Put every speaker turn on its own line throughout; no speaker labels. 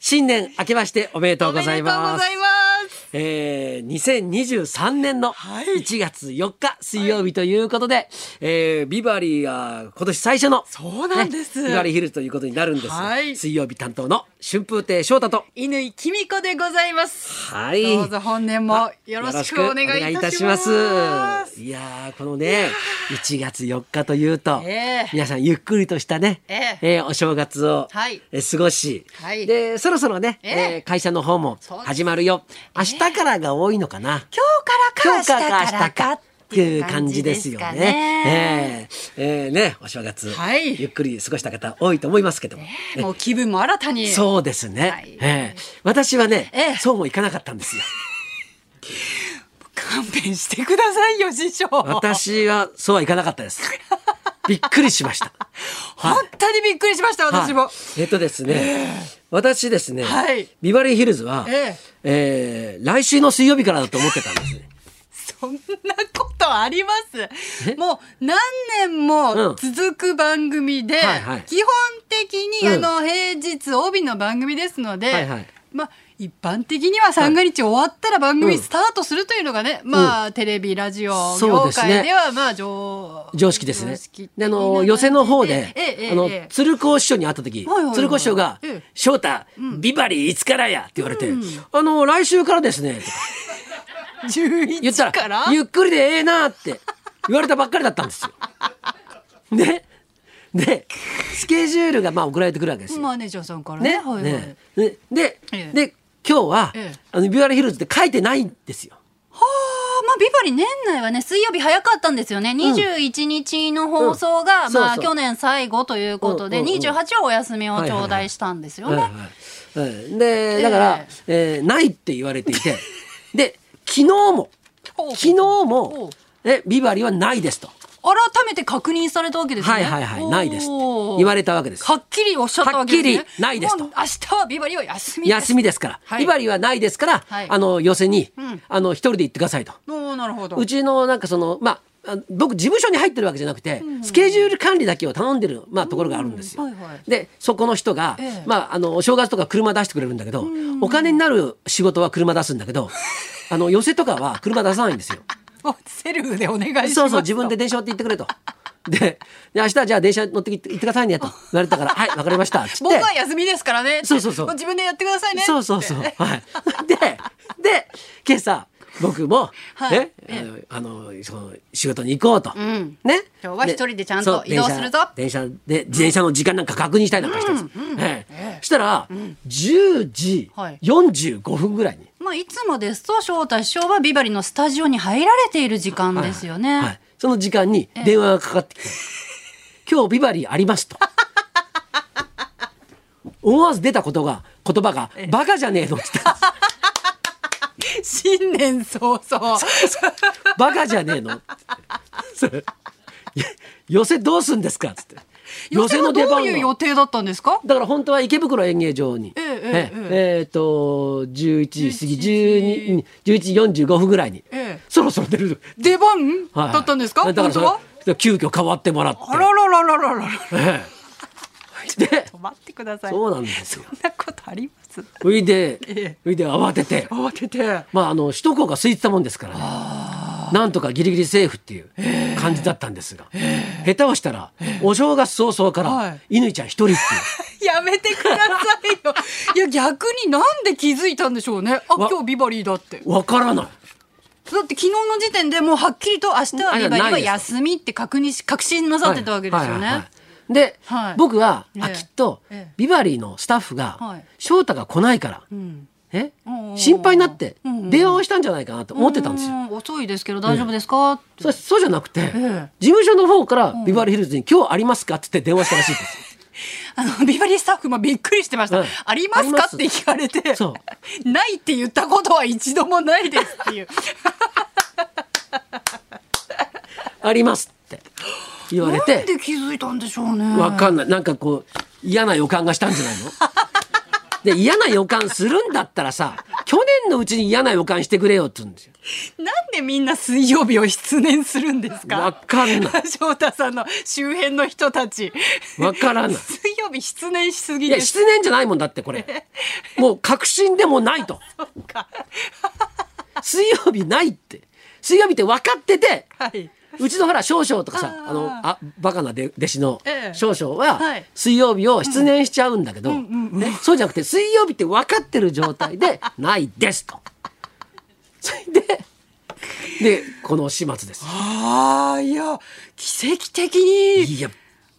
新年明けましておめでとうござい
おめでとうご
ま
ざ
す。
います。
えー、2023年の
はい
1月4日水曜日ということで、えービバリーが今年最初の、
そうなんです
ねビバリーヒルズということになるんです。
はい
水曜日担当の春風亭昇太と、
犬井君子でございます。
はい。
どうぞ本年もよろしくお願いいたします。
よろしくお願いいたしますいやーこのね1月4日というと、
ええ
皆さんゆっくりとしたね、
ええ
ーお正月を、
はい
えー過ごし、
はい
でそろそろね、
え
え
え
ー会社の方も
そうです
始まるよ明日からが多いのかな、
今
今
日
日
か
からら
か明日
か
か
明日かっていう感じですよ
っていう感
ね。ええええねお正月、
はい
ゆっくり過ごした方多いと思いますけども、
じもう気分も新たに。
そうですね、
はい
ええ私はね、
ええ
そうもいかなかったんですよ。
勘弁してくださいよ、師匠。
私はそうはいかなかった です。びっくりしました。
本当にびっくりしました、私も。
はいえっとですね、私ですね、
はい
ビバリーヒルズは、
え
えー来週の水曜日からだと思ってたんです ね。
そんなことあります。もう何年も続く番組で、
はいはい
基本的に、
うん
あの平日帯の番組ですので、
はいはい
まあ一般的には三が日終わったら番
う
組
ん
スタートするというのがね、まあテレビラジオ
そう
業
ですね
界ではまあ常
常識ですね
常識。的
で、
な
あ
感
の、
じ
寄席の方で
ええ、ええ
あの
ええ、
鶴光師匠に会った時
はいはいは、い
鶴光師匠が
ええ、
翔太、ビバリーいつからやって言われて、あの、来週からですね、言った
11から
ら、ゆっくりでええなって言われたばっかりだったんですよ。 ね。で、スケジュールがまあ送られてくるわけですよ。
マネージャーさんからね
ね
はいはい、
ねでで
ええ
で今日は、
ええ
あのビバリーヒルズって書いてないんですよ。
まあ、ビバリ年内はね、水曜日早かったんですよね。21日の放送が、ま
うんそう
あ、
そう
去年最後ということで、
うんうんうん
28はお休みを頂戴したんですよ
はい
ね。
はいはい、でだから、えーないって言われてい てで昨日も
ほうほう
昨日
ほう
もえビバリーはないですと。
改めて確認されたわけですね。
はいはいはいないですって
おー
言われたわけです。
はっきりおっしゃったわけですね。
はっきりないですと
もう明日はビバリーは休みです。
休みですから、
はい
ビバリーはないですから、
はい
あの寄せに、
ん
あの一人で行ってくださいと。
おーなるほど。
うちのなんかそのまああ僕事務所に入ってるわけじゃなくて、スケジュール管理だけを頼んでる、まあ、ところがあるんですよ。
うんはいはい
でそこの人が、
ええ
まあ、あのお正月とか車出してくれるんだけど、お金になる仕事は車出すんだけ どあの寄せとかは車出さないんですよ。
おセルフでお願いします。
そうそう自分で。電車乗って行ってくれと。でで明日はじゃあ電車乗って行って行ってくださいねと言われたから「はいわかりました」っつって
僕は休みですからね。
そうそうそう
も自分でやってくださいね。
そうそうそう。はい。 で、で、今朝、僕も、
はい
ね、あの、あのその仕事に行こうと。
ん
ね。
今日は
で
一人でちゃん
そ
と
う
移動するぞ
電車電車で、自転車の時間なんか確認したりなんかしたんです。ええしたら、10時
はい
45分ぐらいに。
まあ、いつもですと、翔太師匠はビバリのスタジオに入られている時間ですよね。
はい。その時間に電話がかかってきて、今日ビバリーあり ますと。思わず出たことが、言葉が、バカじゃねえのって言ったんです
新年早々。
バカじゃねえの。それいや寄せどうすんですかっつって。
予選はどういう予
は。
定だったんですか。
だから本当は池袋演芸場に、
ええええ
ええっと11時過ぎ12 11時45分ぐらいに、
ええ
そろそろ出る、
出番
はい
だったんですか。
だから
本
そ
当
れ
は。
急遽変わってもらって
あららららららら。
ええで
止まってください。
そうなんですよ
そんなことあります。
それで
ええ
それで慌てて
慌てて。
まああの首都高が空いてたもんですからねなんとかギリギリセーフっていう感じだったんですが、下手をしたら、お正月早々か
は
ら乾ちゃん一人っていう。
やめてくださいよ。いや逆になんで気づいたんでしょうね。あ
わ
今日ビバリーだって。
わからない。
だって昨日の時点でもうはっきりと明日はビバリーは休みって確認し確信なさってたわけですよ
はいはいは
ね。
いで、
はい
僕は、
ええ
あきっと
ええ
ビバリーのスタッフが、
はい
翔太が来ないから、
ん
え
うんうん
心配になって
うんうん
電話をしたんじゃないかなと思ってたんですよ。
よ。遅いですけど大丈夫ですかって
そそうじゃなくて、
え
事務所の方からビバリーヒルズに今日ありますかっつって電話したらしいです。
あのビバリースタッフもびっくりしてました。
うん
ありま
あり
すか
ます
って聞かれて
そ、
ないって言ったことは一度もないですっていう。
ありますって 言われ
なん
て。
で気づいたんでしょうね。
わかんない。なんかこう、嫌な予感がしたんじゃ ないので、嫌な予感するんだったらさ、去年のうちに嫌な予感してくれよって言うんですよ。
なんでみんな水曜日を失念するんです
わ
か
かんない
翔太さんの周辺の人たち
わから ない
水曜日失念しすぎ
いや
です
失念じゃないもんだってこ れもう確信でもないと
とか
水曜日ないって水曜日って分かってて
はい。
うちのほら少々とかさあ
あー
のあバカなで弟子の
ええ
少々は
はい
水曜日を失念しちゃうんだけど、ねそうじゃなくて水曜日って分かってる状態 で「ないです」と。それででこの始末です。
ああいや奇跡的に
いや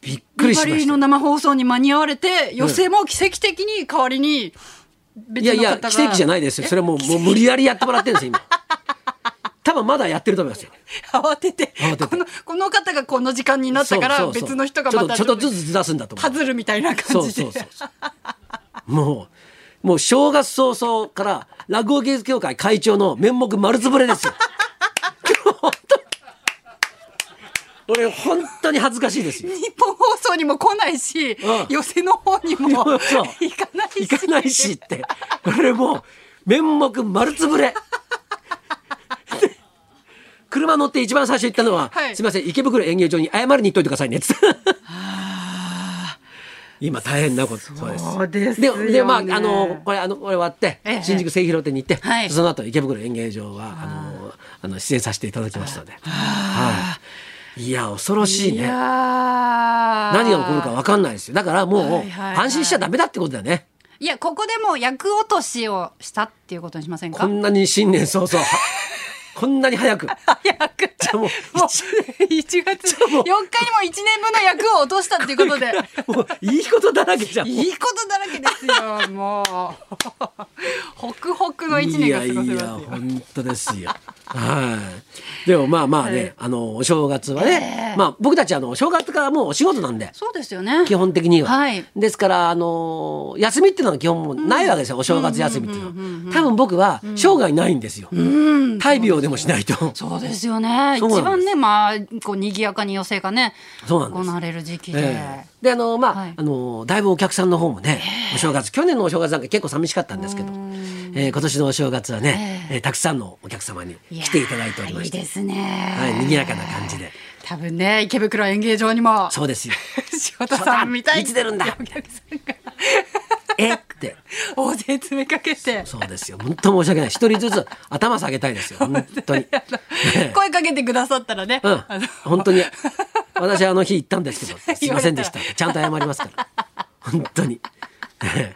びっく
ビ
り
バ
しま
リー
し
の
た。
生放送に間に合われて予選も奇跡的に代わりに
い
別
やい
の
や
方が
奇跡じゃないですよ。それはもうもう無理やりやってもらってるんですよ 今。多分まだやってると思いますよ。
慌てて
慌てて
このこの方がこの時間になったか
そ
ら
うそうそう
別の人が
ちょ
ま
っと
た
ちょっとずつずらすんだと思う。
パズルみたいな感じで
そうそうそうそうもうもう正月早々から落語芸術協会会長の面目丸つぶれですよ本当に俺本当に恥ずかしいですよ
日本放送にも来ないし、
うん
寄せの方にも
そう
行
そう
かないし
行かないしって俺もう面目丸つぶれで車乗って一番最初行ったのは、
はい
すみません池袋演芸場に謝りに行っといてくださいねっつって今大変なことそうです
そうです
で
よね
でまああのこれあのこれ終わって、
ええ
新宿清広店に行って、
はい
その後池袋演芸場はあのあの出演させていただきましたので、はい、いや恐ろしい
い
ね
やー
何が起こるか分かんないですよだからもう、
はいはいはい
安心しちゃダメだってことだよね
いやここでもう役落としをしたっていうことにしません
こ
か
んなに新年早々はこんなに早く
早く
じゃあもう
もう1月4日にも1年分の役を落としたっていうことで。
もういいことだらけじゃん
いいことだらけですよ、もう。ホクホクの一
い
年が
や
過
い
ご
や
せますよ。
本当ですよはいでもまあまあね、あのお正月はね、まあ僕たちあのお正月からもうお仕事なんで
そうですよね
基本的には、
はい
ですからあの休みっていうのは基本もうないわけですよ、お正月休みっていうのは多分僕は生涯ないんですよ、大病でもしないと
そうですよね
そうなんです
一番ねまあこう賑やかに寄席がね
そうなんです
行われる時期で、
ええであのまあ、
はい
あのだいぶお客さんの方もね、お正月去年のお正月なんか結構寂しかったんですけど、えー今年のお正月はね、えーたくさんのお客様に来ていただいておりまして
いやーいいですね
はい賑やかな感じで
多分ね、池袋演芸場にも、
そうですよ
塩田さんみたい
いつ出るんだ
お客さんが
えって
大勢詰めかけて、
そうですよ本当申し訳ない一人ずつ頭下げ たいですよ本当に、ねえ
声かけてくださったらね、
うん
あの
本当に私あの日行ったんですけどすい
言
ま
われたら
せんでしたちゃんと謝りますから 本当にええ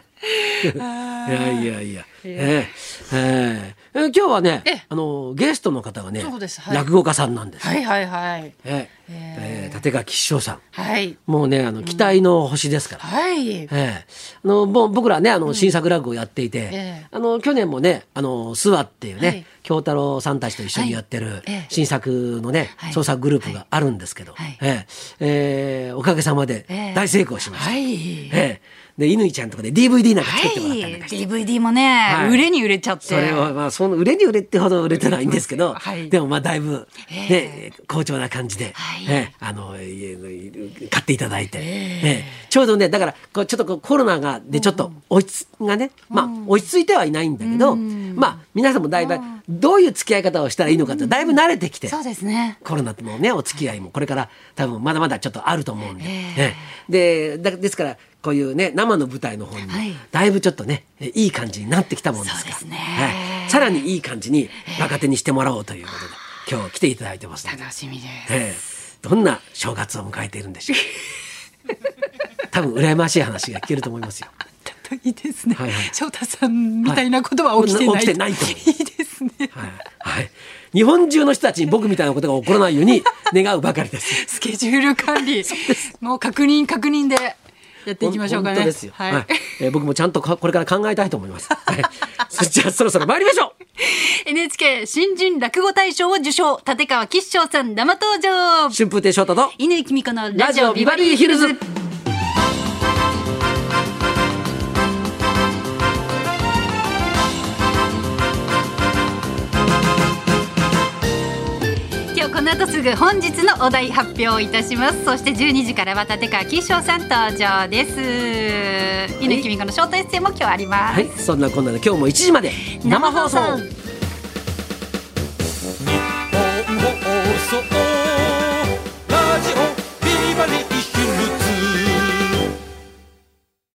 いやいやいや、えええええ今日はね
ええ
あのゲストの方がね
そうですはい
落語家さんなんです、
はいはいはい。
ええええ立川吉祥さん
はい。
もうねあの期待の星ですから、
はい。
ええあのぼ僕らねあの新作落語をやっていて、
ええ
あの去年もね「あの諏訪」っていうね、
はい
京太郎さんたちと一緒にやってる
ええ
新作のね、
はい
創作グループがあるんですけど、
はい
ええええおかげさまで
ええ
大成功しました。
はい。
ええで乾ちゃんとかで DVD なんか
は
作ってもらったりなん
い
かして、
DVD もね、
はい
売れに売れちゃって
それはまあその売れに売れってほど売れてないんですけど、
はい
でもまあだいぶ、ね
え
好調な感じで、
はい
ねあのいい買っていただいて、ええちょうどねだからこうちょっとこうコロナがでちょっと落ち着がね、まあ落ち着いてはいないんだけど、まあ皆さんもだいぶどういう付き合い方をしたらいいのかってだいぶ慣れてきて、
そうですね
コロナとのねお付き合いもこれから多分まだまだちょっとあると思うんで、
え
ええでだですからこういうね生の舞台の方にも
はい
だいぶちょっとねえいい感じになってきたもんですから
そうですね
はい、さらにいい感じに若手にしてもらおうということで、今日来ていただいてますので、
楽しみです。
ええどんな正月を迎えているんでしょう 多分羨ましい話が聞けると思いますよ。
ちょっといいですね。
はいはい
翔太さんみたいなことは起きてない。
はい起きてないと思う
いいですね。
はいはい、日本中の人たちに僕みたいなことが起こらないように願うばかりです。
スケジュール管理、もう確認確認でやっていきましょうかね。
本当ですよ。は。
はいい。
えー僕もちゃんとかこれから考えたいと思い ます。はい。そじゃあそろそろ参りましょ
NHK 新人落語大賞を受賞立川吉祥さん生登場
う。春風亭昇太と
犬木美子のラ
ラジ
ジ
オ
オ
ビ
ビ
バ
バ
リ
リ
ー
ー
ヒ
ヒ
ル
ル
ズ
ズ。今日この後すぐ本日のお題発表いたします。そして12時からは立川吉祥さん登場です。犬木美子の招待出演も今日あります。
はい。そんなこんなで今日も1時まで
生放送
生放送
そう